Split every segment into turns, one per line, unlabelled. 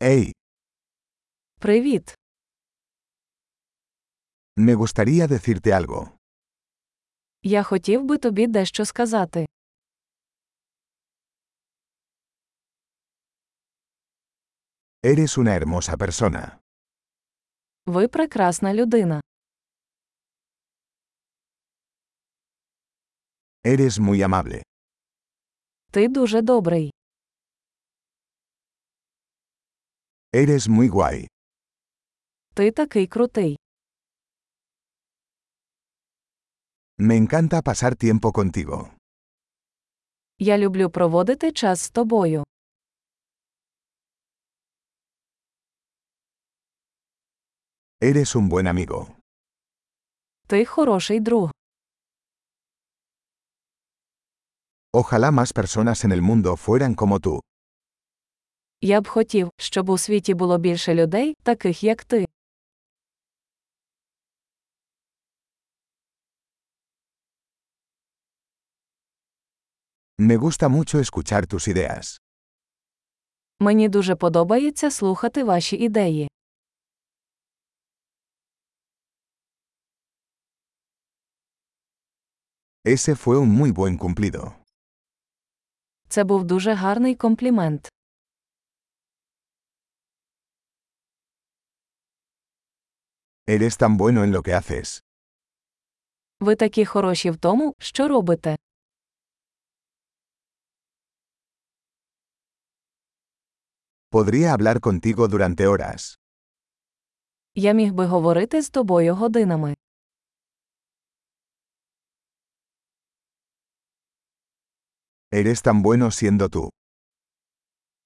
Hey,
Привіт.
me gustaría decirte algo.
Я хотів би тобі дещо сказати.
Eres una hermosa persona.
Ви прекрасна людина.
Eres muy amable.
Ти дуже добрий.
Eres muy guay.
Ти такий крутий.
Me encanta pasar tiempo contigo.
Я люблю проводити час з тобою.
Eres un buen amigo.
Ти хороший друг.
Ojalá más personas en el mundo fueran como tú.
Я б хотів, щоб у світі було більше людей, таких як ти.
Me gusta mucho escuchar tus ideas.
Мені дуже подобається слухати ваші ідеї.
Ese fue un muy buen cumplido.
Це був дуже гарний комплімент.
Eres tan bueno en lo que haces.
Ви такі хороші в тому, що робите.
Podría hablar contigo durante horas.
Я міг би говорити з тобою годинами.
Eres tan bueno siendo tú.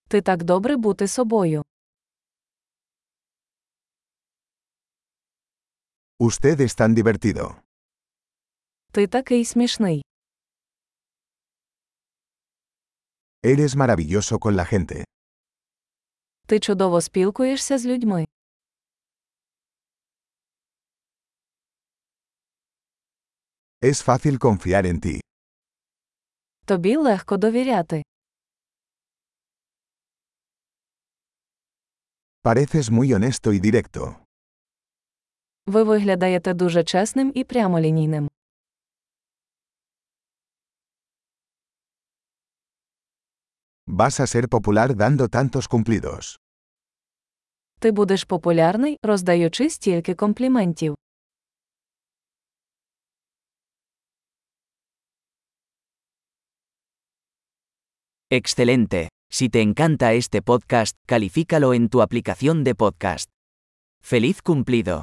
Ти так добре бути собою.
Usted es tan divertido.
Ти такий смішний.
Eres maravilloso con la gente.
Ти чудово спілкуєшся з людьми.
Es fácil confiar en ti.
Тобі легко довіряти.
Pareces muy honesto y directo.
Ви виглядаєте дуже чесним і прямолінійним.
Vas a ser popular dando tantos cumplidos.
Ти будеш популярний, роздаючи стільки компліментів.
Excelente. Si te encanta este podcast, califícalo en tu aplicación de podcast. ¡Feliz cumplido!